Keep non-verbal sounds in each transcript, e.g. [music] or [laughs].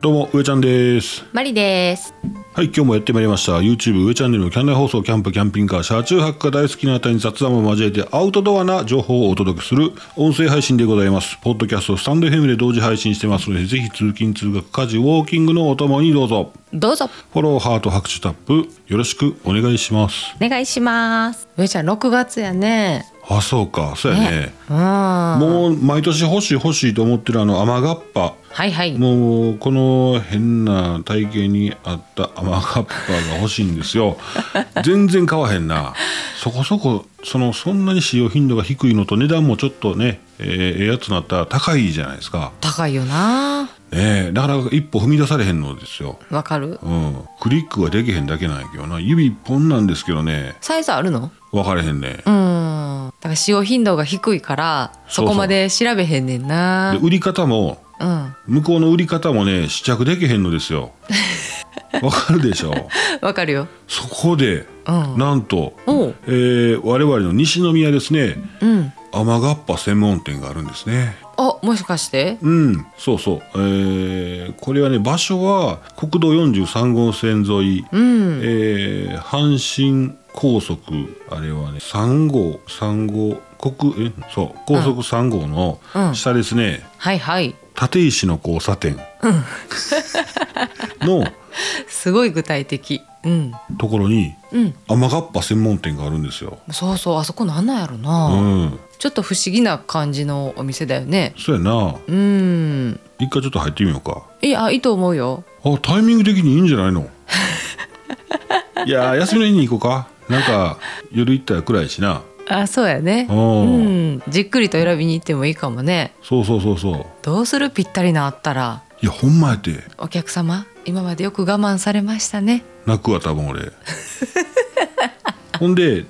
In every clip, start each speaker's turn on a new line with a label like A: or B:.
A: どうも上ちゃんです
B: マリです。
A: はい今日もやってまいりました YouTube 上チャンネルのキャンナイ放送キャンプキャンピングカー車中泊が大好きなあたりに雑談を交えてアウトドアな情報をお届けする音声配信でございますポッドキャストスタンド FM で同時配信してますのでぜひ通勤通学家事ウォーキングのお供にどうぞ
B: どうぞ
A: フォローハート拍手タップよろしくお願いします
B: お願いします。上ちゃん6月やね。
A: あそうかそうやね
B: うん。は
A: もう毎年欲しい欲しいと思ってるあの雨がっぱ
B: いはい。
A: もうこの変な体型に合った甘がっぱが欲しいんですよ全然買わへんなそこそこそのそんなに使用頻度が低いのと値段もちょっとねえーええやつになったら高いじゃないですか
B: 高いよな。
A: ねえなかなか一歩踏み出されへんのですよ
B: わかる。
A: うんクリックができへんだけなんやけどな指一本なんですけどね
B: サイズあるの？
A: 分かれへんね
B: うん。だから使用頻度が低いから
A: そ
B: そう
A: そう
B: こまで調べへんねんな
A: で。売り方も
B: うん。
A: 向こうの売り方もね試着できへんのですよわかるでしょ
B: わかるよ。
A: そこで、
B: うん
A: なんと、
B: おう
A: えー我々の西宮ですね
B: うん。
A: 雨がっぱ専門店があるんですね
B: あもしかして？
A: うんそうそう、えーこれはね場所は国道43号線沿い、
B: うん。
A: えー阪神高速あれはね3号3号国えそう高速3号の
B: うん
A: 下ですね、
B: はいはい。
A: 立石の交差点、の
B: すごい具体的。うん。
A: ところに
B: うん。
A: 雨がっぱ専門店があるんですよ。
B: そうそうあそこなんなんやろな、
A: うん、
B: ちょっと不思議な感じのお店だよね。
A: そうやな
B: うん。
A: 一回ちょっと入ってみようか
B: いやいいと思うよ。
A: あタイミング的にいいんじゃないの [laughs] いやー休みの日に行こうかなんか夜行ったら暗いしな
B: あそうやね
A: う
B: うんんじっくりと選びに行ってもいいかもね
A: そうそうそうそう
B: どうするぴったりなあったら
A: いやほんまやて
B: お客様今までよく我慢されましたね
A: 泣くわ多分俺ほんで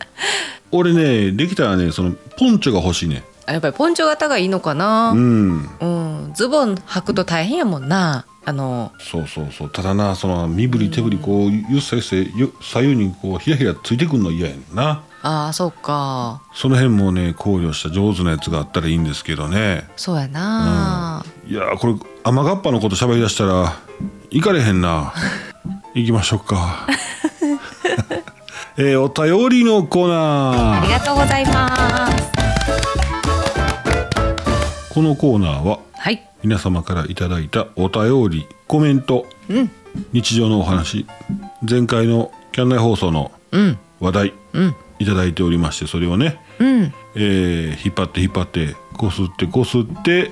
A: 俺ねできたらねそのポンチョが欲しいね
B: あやっぱりポンチョ型がいいのかな
A: うん
B: うん、ズボン履くと大変やもんなあの
A: そうそうそうただなその身振り手振りこうゆっさゆっさゆ左右にこうひらひらついてくんの嫌やねんな
B: ああそうか
A: その辺もね考慮した上手なやつがあったらいいんですけどね
B: そうやな、
A: いやーこれ雨がっぱのこと喋りだしたら行かれへんな
B: [laughs]
A: 行きましょうか [laughs] えーお便りのコーナ
B: あり
A: ー
B: がとうございます
A: このコーナーは
B: はい
A: 皆様からいただいたお便りコメント、
B: うん
A: 日常のお話前回のキャンナイ放送の
B: うん
A: 話題、
B: うん
A: いただいておりましてそれをね、
B: うん
A: えー引っ張って引っ張ってこすってこすって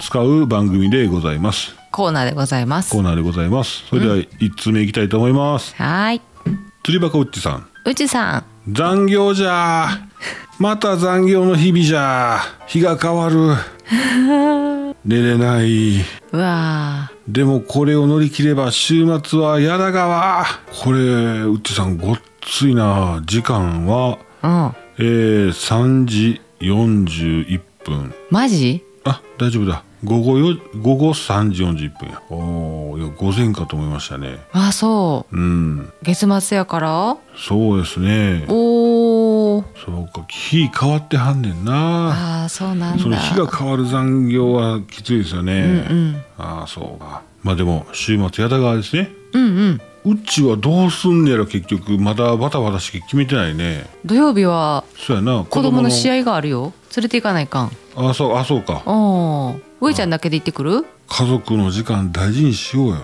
A: 使う番組でございます
B: コーナーでございます
A: コーナーでございますそれでは1つ目いきたいと思います、
B: はーい
A: 釣りバカウッチさん
B: うちさん
A: 残業じゃーまた残業の日々じゃー日が変わる寝れないう
B: わ
A: でもこれを乗り切れば週末はやだがわこれうっちさんごっついな時間は
B: ーうん
A: えー、3時41分
B: マジ
A: あ大丈夫だ午後よ午後3時41分やおおいや午前かと思いましたね
B: あそう
A: うん
B: 月末やから
A: そうですね
B: おー
A: そうか日変わってはんねんな
B: ああそうなんだ
A: その日が変わる残業はきついですよね、
B: うんうん
A: ああそうかまあでも週末矢田川ですね
B: うんうん
A: うちはどうすんねやろ結局まだバタバタして決めてないね
B: 土曜日は
A: そうやな
B: 子供の試
A: 合
B: 合があるよ連れて行かないかん
A: ああそうあそうか
B: おー上ちゃんだけで行ってくる
A: 家族の時間大事にしようよわ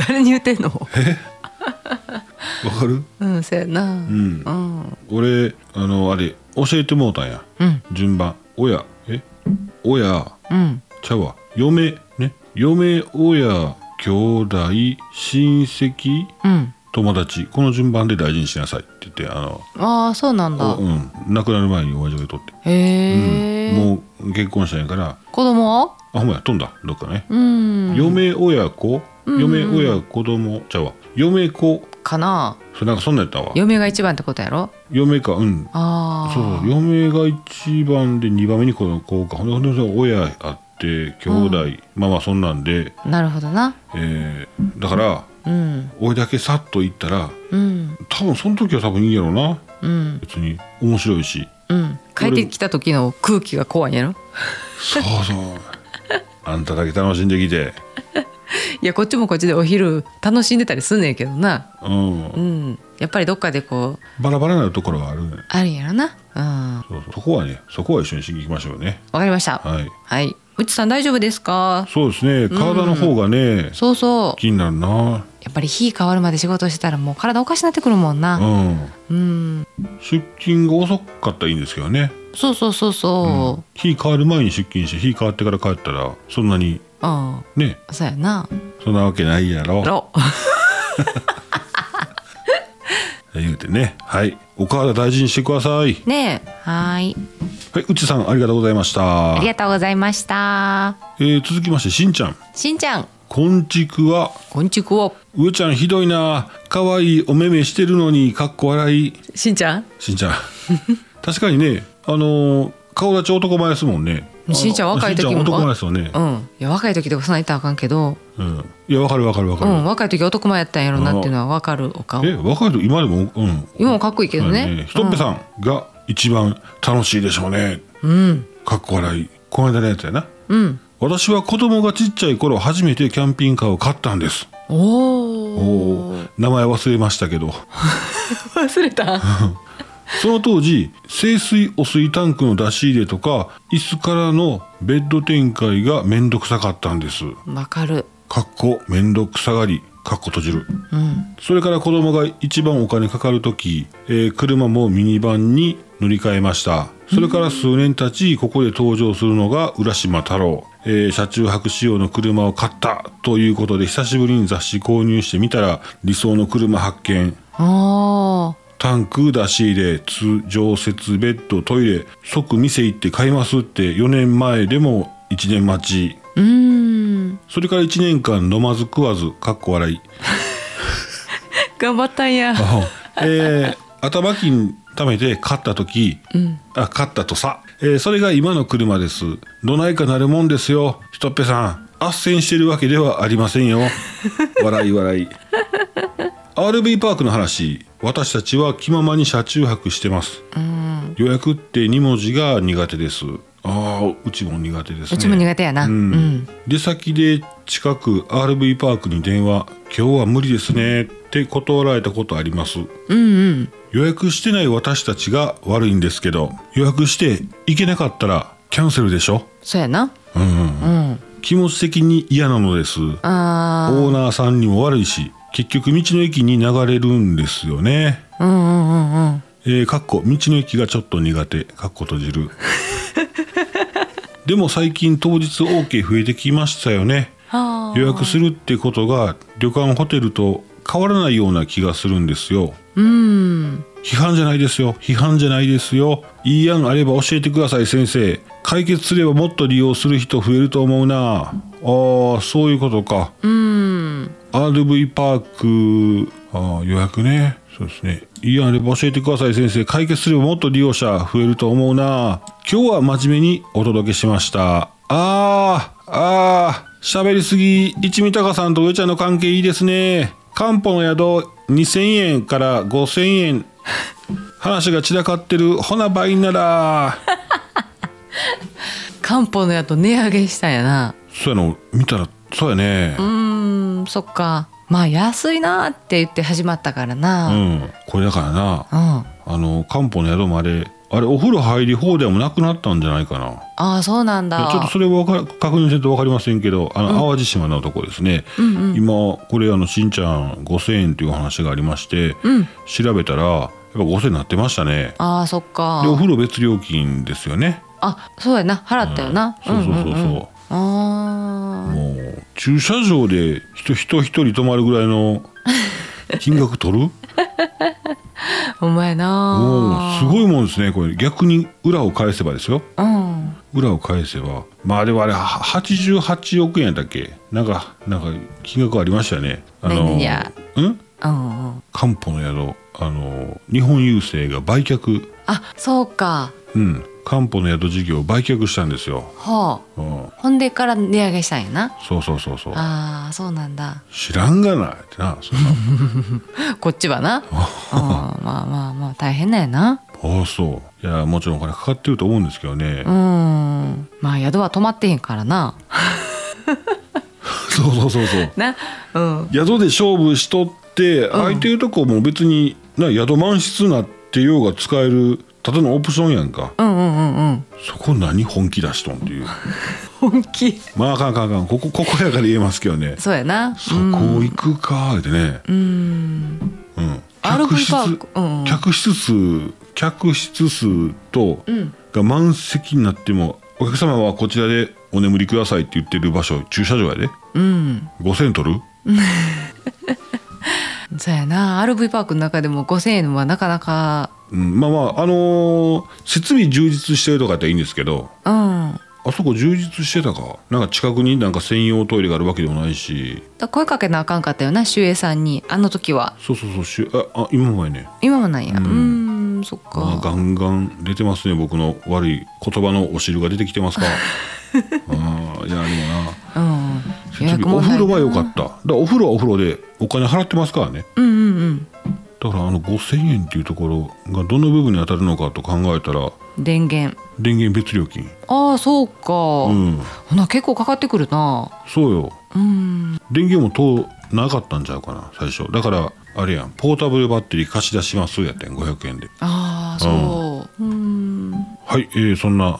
B: [laughs] 誰に言ってんの
A: かる
B: [laughs] うんそやなう
A: うんん
B: うん
A: 俺あのあれ教えてもうたんや
B: うん
A: 順番親え親
B: うん
A: ちゃうわ嫁ね嫁親兄弟親戚友達この順番で大事にしなさいって言ってあの
B: ああそうなんだ
A: おうん、亡くなる前に親父が取って、
B: へえ、
A: もう結婚したんやから
B: 子供は
A: あほんまや飛んだどっかね、
B: うん
A: 嫁親子嫁親子供ちゃうわ嫁子
B: かな
A: それなんかそんなんやったわ
B: 嫁が一番ってことやろ
A: 嫁かうん
B: ああ
A: そうそう嫁が一番で二番目にこの子かほんでほんでほんで親あって兄弟、まあまあそんなんで、
B: なるほどな
A: えーだから
B: うん
A: 俺だけさっと行ったら
B: うん
A: 多分その時は多分いいんやろうな
B: うん
A: 別に面白いし
B: うん帰ってきた時の空気が怖いんやろ [laughs]
A: そうそうあんただけ楽しんできて
B: いやこっちもこっちでお昼楽しんでたりすんねんけどな
A: うん
B: うんやっぱりどっかでこう
A: バラバラなところはあるね
B: あるんやろなうん
A: そうそうそこはねそこは一緒にしに行きましょうね
B: わかりましたはい、
A: はい
B: うちさん大丈夫ですか
A: そうですね体の方がね、
B: そうそう
A: 気になるな
B: やっぱり日変わるまで仕事してたらもう体おかしなってくるもん
A: う
B: なんうん
A: 出勤が遅かったらいいんですけどね、
B: そうそうそう
A: うん
B: そ、
A: 日変わる前に出勤して日変わってから帰ったらそんなに
B: ううん、
A: ね
B: そうやな
A: そんなわけないやろ
B: ろ
A: 言うてねはいお体大事にしてください
B: ねえはーい
A: はいうちさんありがとうございました
B: ありがとうございました
A: えー続きましてしんちゃん
B: しんちゃん
A: こんちくは
B: こんちくを
A: うーちゃんひどいな可愛いお目目してるのにかっこ笑い
B: しんちゃん
A: しん
B: [laughs]
A: ちゃん確かにねあのー顔立ち男前ですもんね
B: しんちゃん
A: あの
B: 若い時も
A: しんちゃん男前ですよね
B: う、んいや若い時とかそないったらあかんけど
A: うん、いやわかるわかるわか
B: う
A: る、
B: ん若い時男前やったんやろなっていうのはわかるお顔
A: え若いと今でもうん
B: 今もかっこいいけどね、
A: はいひとっぺさんが一番楽しいでしょうね
B: うん
A: かっこ笑いこの間のやつやな
B: うん
A: 私は子供がちっちゃい頃初めてキャンピングカーを買ったんですお
B: おお
A: ー名前忘れましたけど
B: 忘れた
A: その当時清水汚水タンクの出し入れとか椅子からのベッド展開がめんどくさかったんです
B: [laughs] わかる
A: かっこめんどくさがりかっこ閉じる
B: うん
A: それから子供が一番お金かかる時、えー車もミニバンに乗り換えましたそれから数年経ちここで登場するのが浦島太郎、えー車中泊仕様の車を買ったということで久しぶりに雑誌購入してみたら理想の車発見
B: ああ
A: タンク出し入れ通常設ベッドトイレ即店行って買いますって4年前でも1年待ち
B: うーん
A: それから1年間飲まず食わずかっこ笑い
B: 頑張ったんや
A: あ [laughs] えー頭金貯めて買った時、あ買ったとさ、えーそれが今の車ですどないかなるもんですよひとっぺさん斡旋してるわけではありませ
B: [laughs]
A: んよ笑い笑い RV パークの話私たちは気ままに車中泊してます
B: うん
A: 予約って2文字が苦手ですあーうちも苦手ですね
B: うちも苦手やなう
A: うん
B: ん
A: 出先で近く RV パークに電話「今日は無理ですね」って断られたことあります
B: うんうん
A: 予約してない私たちが悪いんですけど予約して行けなかったらキャンセルでしょ、
B: そうやな
A: うんうん
B: うん
A: 気持ち的に嫌なのですオー
B: あー
A: ナーさんにも悪いし結局道の駅に流れるんですよね
B: うんうんうんうん
A: えー、かっこ道の駅がちょっと苦手かっこ閉じ
B: [laughs]
A: るでも最近当日 OK 増えてきましたよね
B: あー
A: 予約するってことが旅館ホテルと変わらないような気がするんですよ
B: うん
A: 批判じゃないですよ批判じゃないですよいい案あれば教えてください先生解決すればもっと利用する人増えると思うなあーそういうことか
B: うん
A: RV パークあー予約ねそうですねいい案あれば教えてください先生解決すればもっと利用者増えると思うな今日は真面目にお届けしましたあーあー喋りすぎ一味高さんと上ちゃんの関係いいですね漢方の宿2000円から5000円話が散らかってるほな倍なら
B: 漢方のやと値上げしたんやな
A: そうやの見たらそうやね
B: うーんそっかまあ安いなって言って始まったから
A: う
B: なうん
A: んこれだからな
B: あ
A: あの漢方の宿もあれあれお風呂入り放題もなくなったんじゃないかな
B: あーそうなんだ
A: ちょっとそれはわか確認せんと分かりませんけどあの、淡路島のとこですね、今これあのしんちゃん5,000円というお話がありまして、
B: うん
A: 調べたらやっぱ5,000円になってましたね
B: ああそっか
A: でお風呂別料金ですよね
B: あそうやな払ったよな、
A: そうそうそうそう、
B: んんんあー
A: もう駐車場で人人一人泊まるぐらい
B: [laughs]
A: の金額取る
B: お前
A: も
B: な
A: うすごいもんですねこれ逆に裏を返せばですよ
B: うん
A: 裏を返せばまあでもあれは88億円だっけなんかなんか金額ありましたよねあの
B: 何や
A: うん
B: うんうん
A: 漢方の宿あの日本郵政が売却
B: あそうか
A: うん漢方の宿事業を売却したんですよ、
B: ほう
A: うん、
B: ほんでから値上げしたんやな
A: そうそうそうそう
B: あーそうなんだ
A: 知らんがなってなそんな
B: こっち
A: [laughs]
B: はなうんまあまあまあ大変だよな
A: ああそういやもちろんお金かかってると思うんですけどね
B: う、んまあ宿は泊まってへんからな
A: [laughs] そうそうそうそう
B: なうん
A: 宿で勝負しとって空いてるとこも別にな宿満室なってようが使えるただのオプションやんか
B: うんうんうんうん
A: そこ何本気出しとんっていう
B: 本気
A: まああかんあかんあかんここここやから言えますけどね
B: そうやな
A: そこ行くかーってね
B: うん
A: うん、客
B: RV パー
A: 室
B: クうんうん
A: 客室数客室数と
B: うん
A: が満席になってもお客様はこちらでお眠りくださいって言ってる場所駐車場やで
B: うん
A: 5,000取る
B: そうやな RV パークの中でも5,000円はなかなか
A: うん、まあまああのー設備充実してるとかやっていいんですけど
B: うん
A: あそこ充実してたかなんか近くになんか専用トイレがあるわけでもないし
B: だ声かけなあかんかったよな秀英さんにあの時は
A: そうそうそうしああ今もやね
B: 今もなんやう
A: うん
B: んそっ
A: まあ
B: か
A: ガンガン出てますね僕の悪い言葉のお汁が出てきて
B: [laughs]
A: ますかああいやでもな
B: うん
A: 設備お風呂は良かっただからお風呂はお風呂でお金払ってますからね
B: たうんうん
A: だからあの5,000円っていうところがどの部分に当たるのかと考えたら
B: うん電源
A: 電源別料金
B: ああそうか、
A: うん
B: ほな結構かかってくるな
A: そうよ
B: うん
A: 電源も通なかったんちゃうかな最初だからあれやんポータブルバッテリー貸し出しますやってん500円で
B: ああそう、うん、
A: はい、えーそんなあ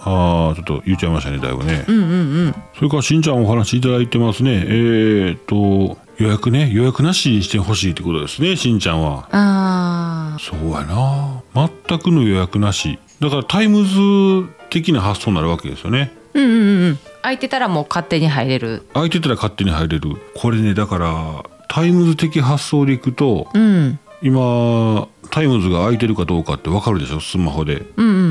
A: ーちょっと言っちゃいましたねだいぶね、
B: うんうんうん
A: それからしんちゃんお話いただいてますねえー、っと予約ね予約なしにしてほしいってことですねしんちゃんは
B: ああ
A: そうやな全くの予約なしだからタイムズ的な発想になるわけですよね
B: うんうんうんうん空いてたらもう勝手に入れる
A: 空いてたら勝手に入れるこれねだからタイムズ的発想でいくと
B: うん
A: 今タイムズが空いてるかどうかってわかるでしょスマホで
B: うんうんう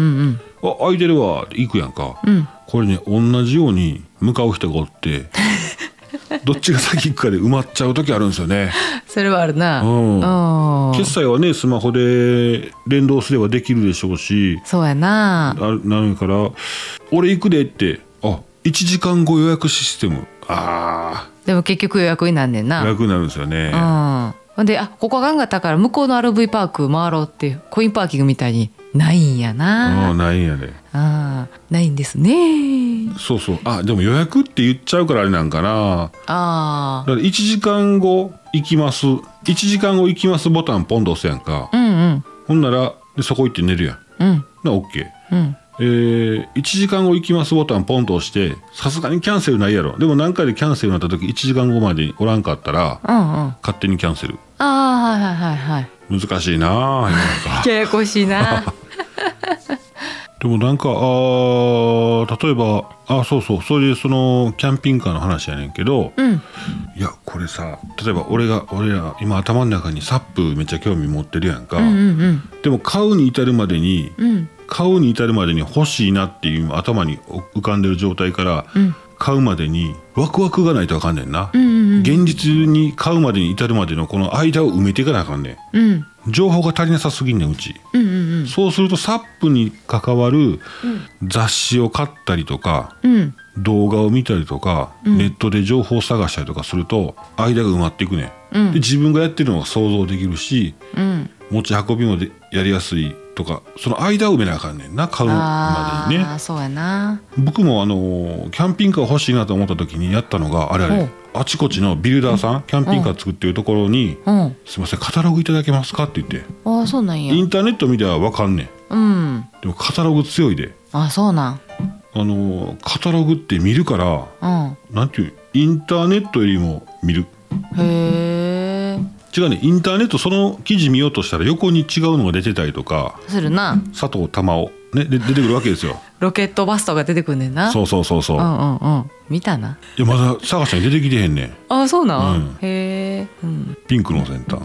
B: ん
A: あ空いてるわ行くやんか、
B: うんうん
A: これね同じように向かう人がおって
B: [laughs]
A: どっちが先行くかで埋まっちゃう時あるんですよね
B: それはあるな
A: うん
B: ん
A: 決済はねスマホで連動すればできるでしょうし
B: そうやな
A: あなるから俺行くでってあ1時間後予約システムあ
B: でも結局予約になんねん
A: あ
B: な
A: 予約になるんですよね
B: うんほんであここがんがったから向こうの RV パーク回ろうってコインパーキングみたいにないんや
A: ああ
B: な
A: ないんやで
B: あーないんですね
A: そうそうあでも予約って言っちゃうからあれなんかなだ
B: あ
A: から1時間後行きます1時間後行きますボタンポンと押すやんか
B: あうんうん
A: ほんならでそこ行って寝るやん
B: うん
A: な OK
B: うん
A: えー、1時間後行きますボタンポンと押してさすがにキャンセルないやろでも何回でキャンセルになった時1時間後までにおらんかったら
B: うんうん
A: 勝手にキャンセル
B: ああはいはいはいはい
A: 難しいなあ今なんか [laughs]
B: ややこしいな
A: でもなんかあー例えばあそうそうそれでそのキャンピングカーの話やねんけど、
B: [laughs] うん
A: いやこれさ例えば俺が俺ら今頭の中にサップめっちゃ興味持ってるやんか、
B: うんうん
A: でも買うに至るまでに
B: うんうん
A: 買うに至るまでに欲しいなっていう今頭に浮かんでる状態から、
B: うん
A: 買うまでにワクワクがないとあかんねんな、
B: うんうん
A: 現実に買うまでに至るまでのこの間を埋めていかなあかんね
B: うん
A: ん情報が足りなさすぎんねんうち
B: うんうん
A: そうするとサップに関わる雑誌を買ったりとか
B: うんうん
A: 動画を見たりとか、ネットで情報を探したりとかすると間が埋まっていくね、
B: うん
A: ん、で自分がやってるのが想像できるし
B: うん
A: 持ち運びもでやりやすいとかその間を埋めなあかんねんな買うま
B: あ
A: でに
B: あ
A: ね
B: ーそうやな
A: 僕もあのーキャンピングカー欲しいなと思った時にやったのがあれあ
B: う
A: れ
B: ん
A: あちこちのビルダーさんキャンピングカー作ってるところに
B: うん
A: 「すいませんカタログいただけますか?」って言って
B: ああそうなん
A: イ
B: や
A: ンターネット見たら分かんねん
B: うん
A: でもカタログ強いで
B: あそうなん
A: あのーカタログって見るから
B: うん
A: なんていうインターネットよりも見る
B: へえ
A: 違うねインターネットその記事見ようとしたら横に違うのが出てたりとか
B: するな
A: 佐藤玉緒ねで出てくるわけですよ
B: ロケットバストが出てくんねんな
A: そうそうそうそう、
B: う
A: い
B: んうんうん見たな
A: やまだ探したに出てきてへんねん
B: あそうなん、
A: うん
B: へえうん
A: ピンクの先
B: [laughs]
A: 端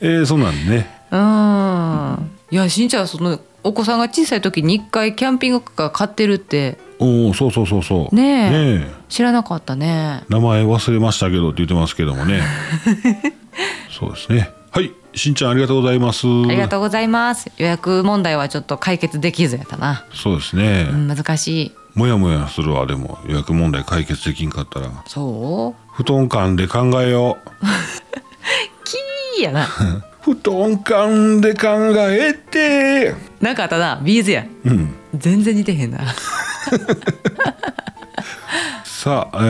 A: えー、そうなんでね
B: うんいやしんちゃんそのお子さんが小さい時に一回キャンピングカー買ってるって
A: おおそうそうそうそう
B: ね
A: ね
B: え
A: え
B: 知らなかったね
A: 名前忘れましたけどって言ってますけども
B: [laughs]
A: ねそうですねはいしんちゃんありがとうございます
B: ありがとうございます予約問題はちょっと解決できずやったな、
A: そうですね、
B: うん、難しい
A: もやもやするわでも予約問題解決できんかったら
B: そう
A: 布団間で考えよ
B: キーやな [laughs]
A: う布団間で考えて
B: なんかあったなビーズや
A: うん
B: 全然似てへんな
A: さあえ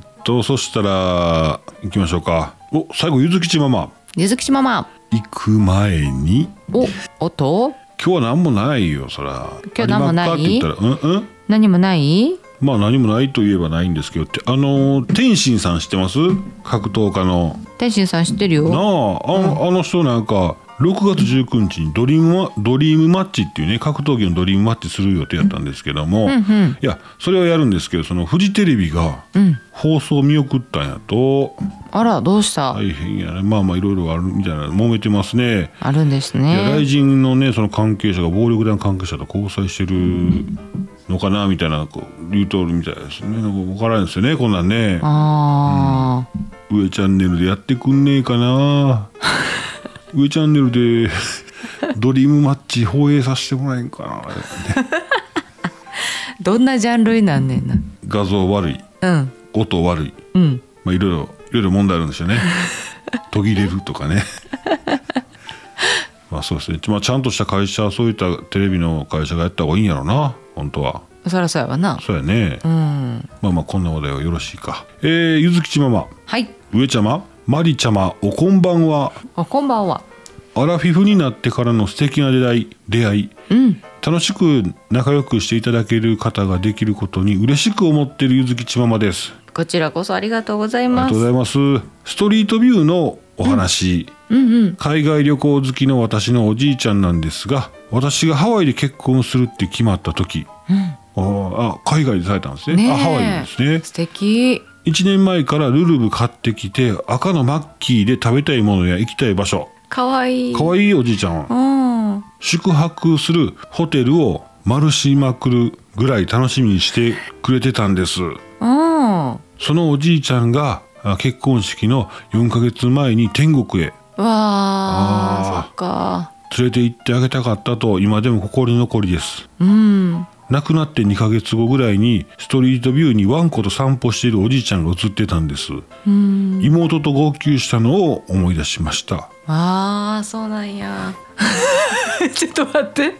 A: ー、っとそしたら行きましょうかお最後ゆずきちママ
B: ゆずきちママ
A: 行く前に
B: おおっと
A: 今日は何もないよそら
B: 今日何もない
A: ありますかって言ったらうんうん
B: 何もない
A: まあ何もないといえばないんですけどってあのー天心さん知ってます格闘家の
B: 天心さん知ってる
A: な
B: よ
A: ああの,、あの人なんか6月19日にドリームマドリームマッチっていうね格闘技のドリームマッチする予定やったんですけども、いやそれはやるんですけどそのフジテレビが放送見送ったんやと、
B: あらどうした、
A: 大変やねまあまあいろいろあるみたいな揉めてますね。
B: あるんです
A: いやライ
B: ね
A: ジンのねその関係者が暴力団関係者と交際してるのかなみたいなこう言うとるみたいですねなんか分からんですよねこんなんね
B: ああ、
A: 「上チャンネル」でやってくんねえかな上チャンネルでドリームマッチ放映させてもらえんかな
B: どんなジャンルになんねんな
A: 画像悪い
B: うん
A: 音悪い、
B: うん
A: まあ、いろいろいろいろ問題あるんですよね途切れるとかね [laughs] まあそうですね、まあ、ちゃんとした会社そういったテレビの会社がやった方がいいんやろうな本当は
B: そらそうやわな
A: そうやね、
B: うん
A: まあまあこんな話題はよろしいかえー、ゆずきちママ
B: はい
A: 上ちゃままりちゃまおこんばんは
B: あこんばんは
A: アラフィフになってからの素敵な出会い出会い
B: うん
A: 楽しく仲良くしていただける方ができることに嬉しく思っているゆずきちママです
B: こちらこそありがとうござい
A: ありが
B: ま
A: とう
B: す
A: ございますストリートビューのお話、
B: うんうん
A: 海外旅行好きの私のおじいちゃんなんですが私がハワイで結婚するって決まった時、あーあ海外でされたんですね
B: ねえ
A: あハワイですね
B: 素敵
A: 1年前からルルブ買ってきて赤のマッキーで食べたいものや行きたい場所
B: 可愛い
A: かわいいおじいちゃんは
B: うん
A: 宿泊するホテルを丸しまくるぐらい楽しみにしてくれてたんです
B: うん
A: そのおじいちゃんがあ結婚式の4ヶ月前に天国へ
B: わ
A: あ
B: あ
A: ー
B: そっか
A: 連れて行ってあげたかったと今でも心残りです
B: うん
A: 亡くなって2ヶ月後ぐらいにストリートビューにワンコと散歩しているおじいちゃんが映ってたんです
B: うん
A: 妹と号泣したのを思い出しました
B: あーそうなんや [laughs] ちょっと待って [laughs]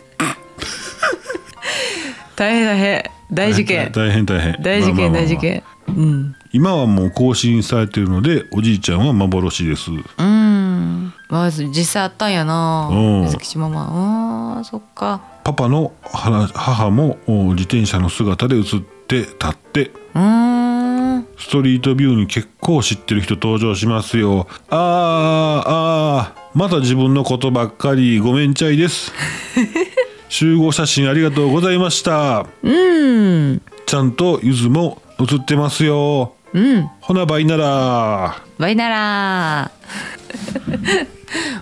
B: 大変大変大事件
A: 大変大変
B: 大事
A: まあま
B: 件
A: あまあまあ
B: 大事件うん
A: 今はもう更新されてるのでおじいちゃんは幻です
B: うんまあ実際あったんやな
A: うん
B: 水木ママあーそっか
A: パパの母母もお自転車の姿で写って立って
B: うーん
A: ストリートビューに結構知ってる人登場しますよあーあーまた自分のことばっかりごめんちゃいです
B: [laughs]
A: 集合写真ありがとうございました
B: うん
A: ちゃんとゆずも写ってますよ
B: うん
A: ほなばいなら
B: バイナラ
A: [laughs]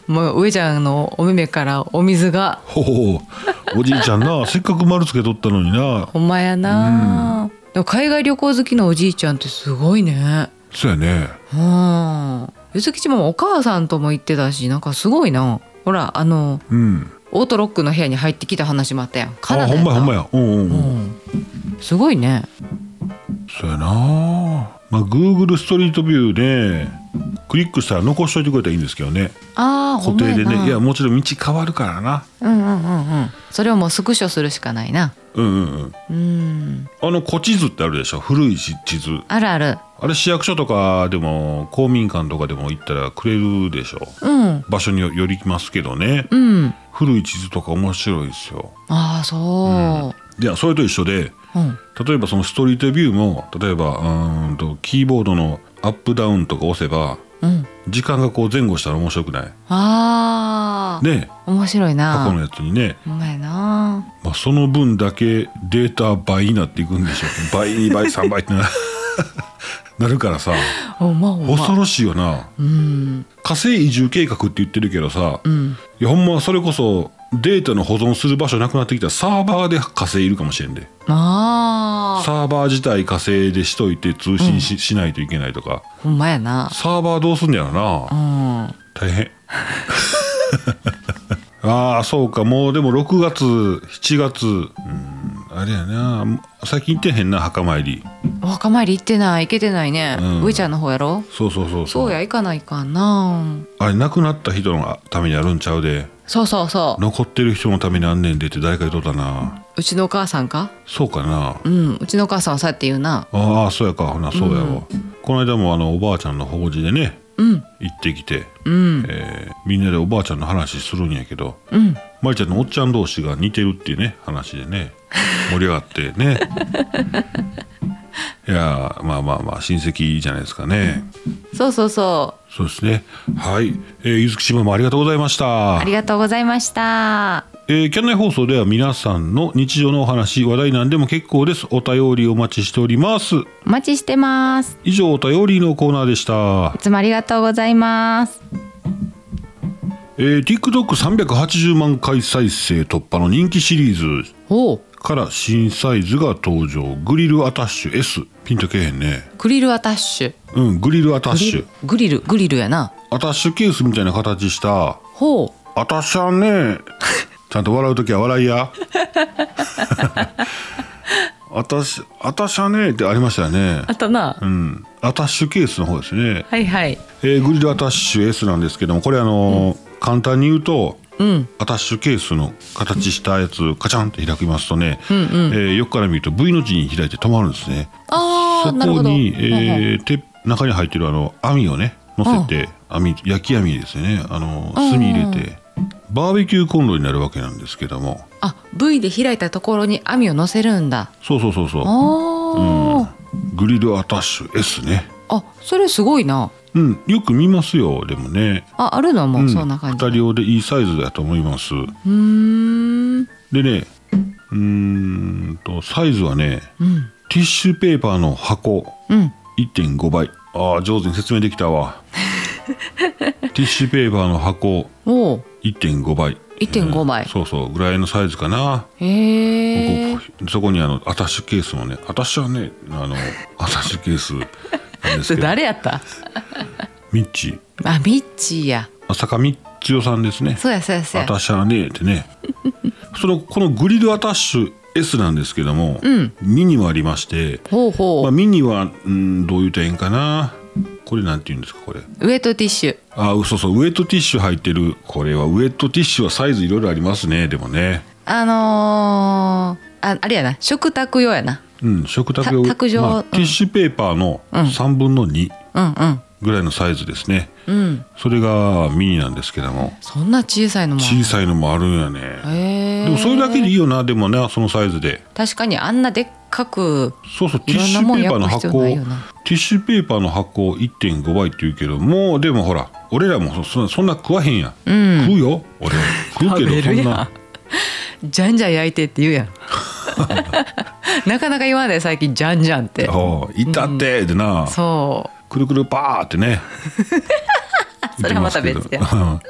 B: ーもう上ちゃんのお目目からお水が
A: ほほおじいちゃん
B: [laughs]
A: なせっかく丸つけとったのにな
B: ほんまやなでも海外旅行好きのおじいちゃんってすごいね
A: そうやね
B: うん。ゆずきちもお母さんとも行ってたし、なんかすごいな。ほら、あの、
A: うん
B: オートロックの部屋に入ってきた話もあったやん。カナ
A: あほ
B: ダや
A: ん
B: った
A: まやほんまやうんうん、うん
B: うん。すごいね。
A: そうやなまあ Google ストリートビューでクリックしたら残しといてくれたらいいんですけどね
B: ああ、ほ
A: 固
B: んま
A: 定
B: や
A: で
B: な。
A: ねいやもちろん道変わるからな
B: うんうんうんうん。それをもうスクショするしかないな。
A: うんうんうん
B: うん。
A: あの古地図ってあるでしょ古いし地図
B: あるある。
A: あれ市役所とかでも公民館とかでも行ったらくれるでしょ
B: うん。
A: 場所によよりますけどね
B: うん。
A: 古い地図とか面白いですよ
B: ああ、そ
A: じゃあそれと一緒で
B: う。うん。
A: 例えばそのストリートビューも例えばうーんとキーボードのアップダウンとか押せば
B: うん。
A: 時間がこう前後したら面白くない
B: ああ。
A: ね
B: 面白い
A: 過去の
B: な。
A: やつにね、
B: ほんまやな。
A: まあ、その分だけデータ倍になっていくんでしょう [laughs] 倍2倍3倍ってな [laughs] なるからさ
B: ほんまほんま。
A: 恐ろしいよな
B: うん。
A: 火星移住計画って言ってるけどさ、
B: うん。
A: いやほんまそれこそデータの保存する場所なくなってきたらサーバーで火星いるかもしれんで
B: ああ。
A: サーバー自体火星でしといて通信し,、しないといけないとか
B: ほんまやな。
A: サーバーどうすんねやろな
B: うん。
A: 大変 [laughs] ああそうかもうでも6月7月うんあれやな最近行ってへんな墓参り
B: お墓参り行ってない行けてないね、
A: うん
B: 上ちゃんの方やろ
A: そうそうそうそ
B: そううや行かないかな
A: あれ亡くなった人のためにあるんちゃうで
B: そうそうそう
A: 残ってる人のためにあんねんでって誰か言っとったな
B: うちのお母さんか
A: そうかな
B: うんうちのお母さんはそうやって言うな
A: ああそうやかほなそうやわ、この間もあのおばあちゃんの法事でね
B: うん
A: 行ってきて、
B: うん
A: えーみんなでおばあちゃんの話するんやけど
B: うん
A: まりちゃんのおっちゃん同士が似てるっていうね話で
B: [laughs]
A: ね盛り上がってねいやーまあまあまあ親戚じゃないですかね、
B: そうそうそう
A: そうですねはい、えー、ゆずき島もありがとうございました
B: ありがとうございました
A: えー、キャンナイ放送では皆さんの日常のお話話題なんでも結構ですお便りお待ちしております
B: お待ちしてます
A: 以上お便りのコーナーでした
B: いつもありがとうございます
A: えー、TikTok380 万回再生突破の人気シリーズ
B: おお
A: から新サイズが登場グリルアタッシュ S ピンとけえへんね
B: グリルアタッシュ
A: うんグリルアタッ
B: グリ
A: シュ
B: ルグリルグリルやな
A: アタッシュケースみたいな形した
B: ほう
A: アタッシャ
B: [laughs]
A: ーねちゃんと笑う時は笑いや [laughs] アタッシュアタッシャーねってありましたよね
B: あったな、
A: うんアタッシュケースの方ですね、
B: はいはい
A: えーグリルアタッシュ S なんですけどもこれあのー簡単に言うと
B: うん
A: アタッシュケースの形したやつカチャンって開きますとね、えーよくから見ると V の字に開いて止まるんですね
B: あ
A: そ
B: あなる
A: こ
B: ほど
A: に、え
B: ほうほう
A: ーて中に入ってるあの網をね乗せて網焼き網ですねあの炭入れてバーベキューコンロになるわけなんですけども
B: あ V で開いたところに網を乗せるんだ
A: そうそうそうそう
B: おー
A: グリルアタッシュ S ね
B: あそれすごいな
A: うんよく見ますよでもね
B: ああるのもう、そんな感じ
A: 2人用でいいサイズだと思います
B: うーん
A: でねうーんとサイズはね
B: うん
A: ティッシュペーパーの箱
B: うん
A: 1.5倍ああ上手に説明できた
B: [laughs]
A: わティッシュペーパーの箱
B: おお
A: 1.5倍
B: 1.5倍
A: うんそうそうぐらいのサイズかな、
B: へえ
A: 僕そこにあのアタッシュケースもねアタッシュはねあのアタッシュケースなんです
B: [laughs] そ
A: け
B: れ
A: ど
B: 誰やった
A: ミッチ
B: あミッチーや
A: 坂道代さんですね
B: そうやそうやそう
A: ア
B: や
A: タッシュはねって
B: [laughs]
A: ねそのこのグリルアタッシュ S なんですけども、
B: うん
A: ミニもありまして、
B: ほうほう、
A: まあ、ミニはうんどういう点かなこれなんて言うんですかこれ
B: ウエットティッシュ
A: あそうそうウエットティッシュ入ってるこれはウエットティッシュはサイズいろいろありますねでもね
B: あのー、ああれやな食卓用やな
A: うん食卓
B: た卓上
A: ま
B: う
A: あ、
B: ん
A: ティッシュペーパーの3分の2
B: うんうん
A: ぐらいのサイズですね、
B: うん
A: それがミニなんですけども
B: そんな小さいのもある
A: 小さいのもあるんやね
B: へえ
A: でもそれだけでいいよなでもねそのサイズで
B: 確かにあんなでっかく
A: そうそうテ
B: い
A: ィッ
B: ろん
A: シ
B: な
A: ュ
B: もん
A: ペーパーの
B: 焼
A: 箱
B: く必要ないよな
A: ティッシュペーパーの箱1.5倍って言うけどもうでもほら俺らもそそんなそんな食わへんや、
B: うん
A: 食うよ俺は食うけどそん
B: [laughs]
A: な
B: じゃんじゃん焼いてって言うやん [laughs] なかなか言わない最近じゃんじゃんって
A: おういたってでな、
B: そ
A: くるくるパーってね
B: う [laughs] それはまた別で
A: 言ってます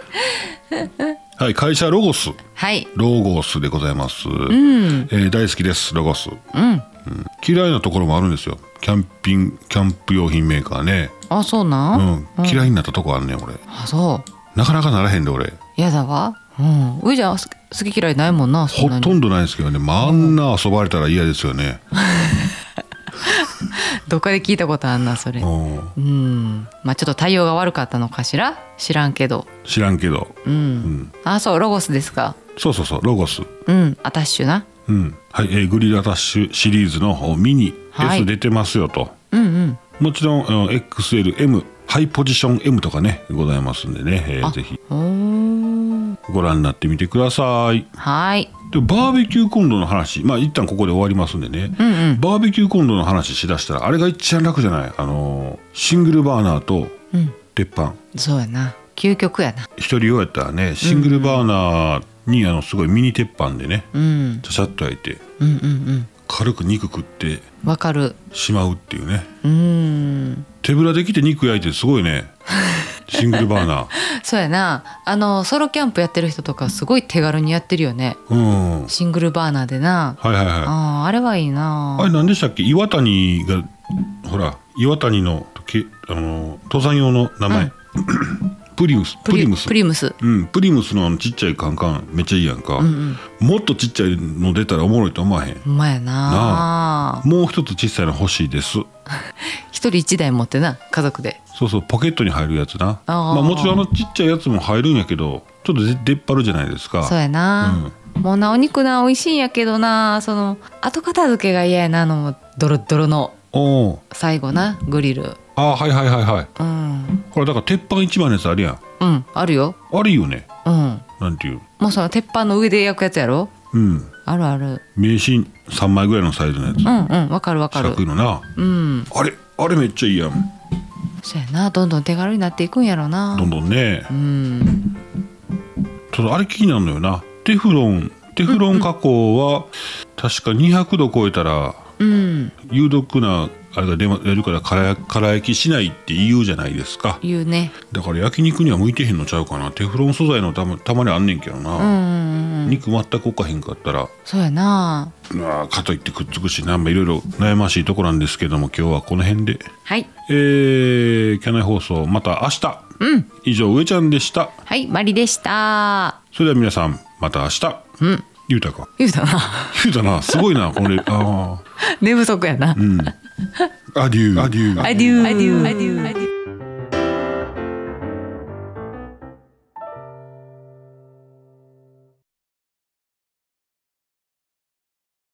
A: けど [laughs] はい会社ロゴス
B: はい
A: ロゴスでございます、えー大好きですロゴス、
B: うん
A: 嫌いなところもあるんですよキャンピングキャンプ用品メーカーね、
B: あそうな、
A: うんん、嫌いになったとこあんねん俺
B: あそう
A: なかなかならへんで俺
B: やだわうんういじゃんす好き嫌いないもんなそ
A: ほ
B: んなに
A: とんどないですけどね、まあ、あんな遊ばれたら嫌ですよね、
B: どっかで聞いたことあんなそれ
A: うん、
B: うんまあちょっと対応が悪かったのかしら知らんけど
A: 知らんけど
B: うん、あそうロゴスですか
A: そうそうそうロゴス
B: うんアタッシュな
A: うんはい、えーグリルアタッシュシリーズのミニ
B: はい
A: S 出てますよと、
B: うんうん
A: もちろんあの XLM ハイポジション M とかねございますんでね、えー
B: あ
A: ぜひ
B: おー
A: ご覧になってみてください
B: はい
A: でバーベキューコンロの話まあ一旦ここで終わりますんでね、
B: うんうん
A: バーベキューコンロの話しだしたらあれが一番楽じゃないあのーシングルバーナーと
B: うん
A: 鉄板
B: そうやな究極やな
A: 一人用やったらねシングルバーナーにあのすごいミニ鉄板でね
B: うん
A: ちゃちゃっと焼いて
B: うんうん
A: 軽く肉食って
B: うんわかる
A: しまうっていうね
B: うん
A: 手ぶらできて肉焼いてすごいねシングルバー
B: [laughs]
A: ナー
B: そうやなあのソロキャンプやってる人とかすごい手軽にやってるよね
A: うんはい
B: シングルバーナーでな
A: はいは
B: あーあれはいい
A: いあれ
B: な
A: 何でしたっけ岩谷がほら岩谷のけあの登山用の名前、プリムスプリムス
B: プリムス
A: うん、プリムスのあのちっちゃいカンカンめっちゃいいやんか、
B: うん
A: もっとちっちゃいの出たらおもろいと思わへん
B: うんうまやな
A: もう一つ小さいの欲しいです
B: 一人一台持ってな家族で
A: そうそうポケットに入るやつな
B: あー
A: まあ、もちろんあのちっちゃいやつも入るんやけどちょっとで出っ張るじゃないですか
B: そうやな、
A: うん
B: もうなお肉な美味しいんやけどなその後片付けが嫌やなあのドロッドロの
A: おー
B: 最後なグリル
A: あーはいはいはいはい
B: うん
A: これだから鉄板一番のやつあるやん
B: うんあるよ
A: あれいいよね
B: うん
A: なんていう
B: もうその鉄板の上で焼くやつやろ
A: うん
B: あるある
A: 名刺3枚ぐらいのサイズのやつ
B: うんうんわかるわか
A: 四
B: る
A: 角いのな
B: うん
A: あれあれめっちゃいいやん
B: そうやなどんどん手軽になっていくんやろな
A: どんどんね
B: うん
A: ただあれ気になるのよなテフロンテフロン加工は確か200度超えたら
B: うん
A: 有毒なあれが出ま出るからからから焼きしないって言うじゃないですか
B: 言うね
A: だから焼肉には向いてへんのちゃうかなテフロン素材のたまたまにあんねんけど
B: うん
A: な、
B: うんうん
A: 肉全く置かへんかったら
B: そうやな
A: うわーかといってくっつくしなんかいろいろ悩ましいとこなんですけども今日はこの辺で
B: はい
A: えー、キャナイ放送また明日
B: うん
A: 以上上ちゃんでした
B: はいマリでした
A: それでは皆さんまた明日、
B: ん
A: 言うたか
B: 言うたな [laughs]
A: 言うたなすごいなこれああ
B: 寝不足やな
A: うんアデューアデュー
B: アデューアデューアデューアデュー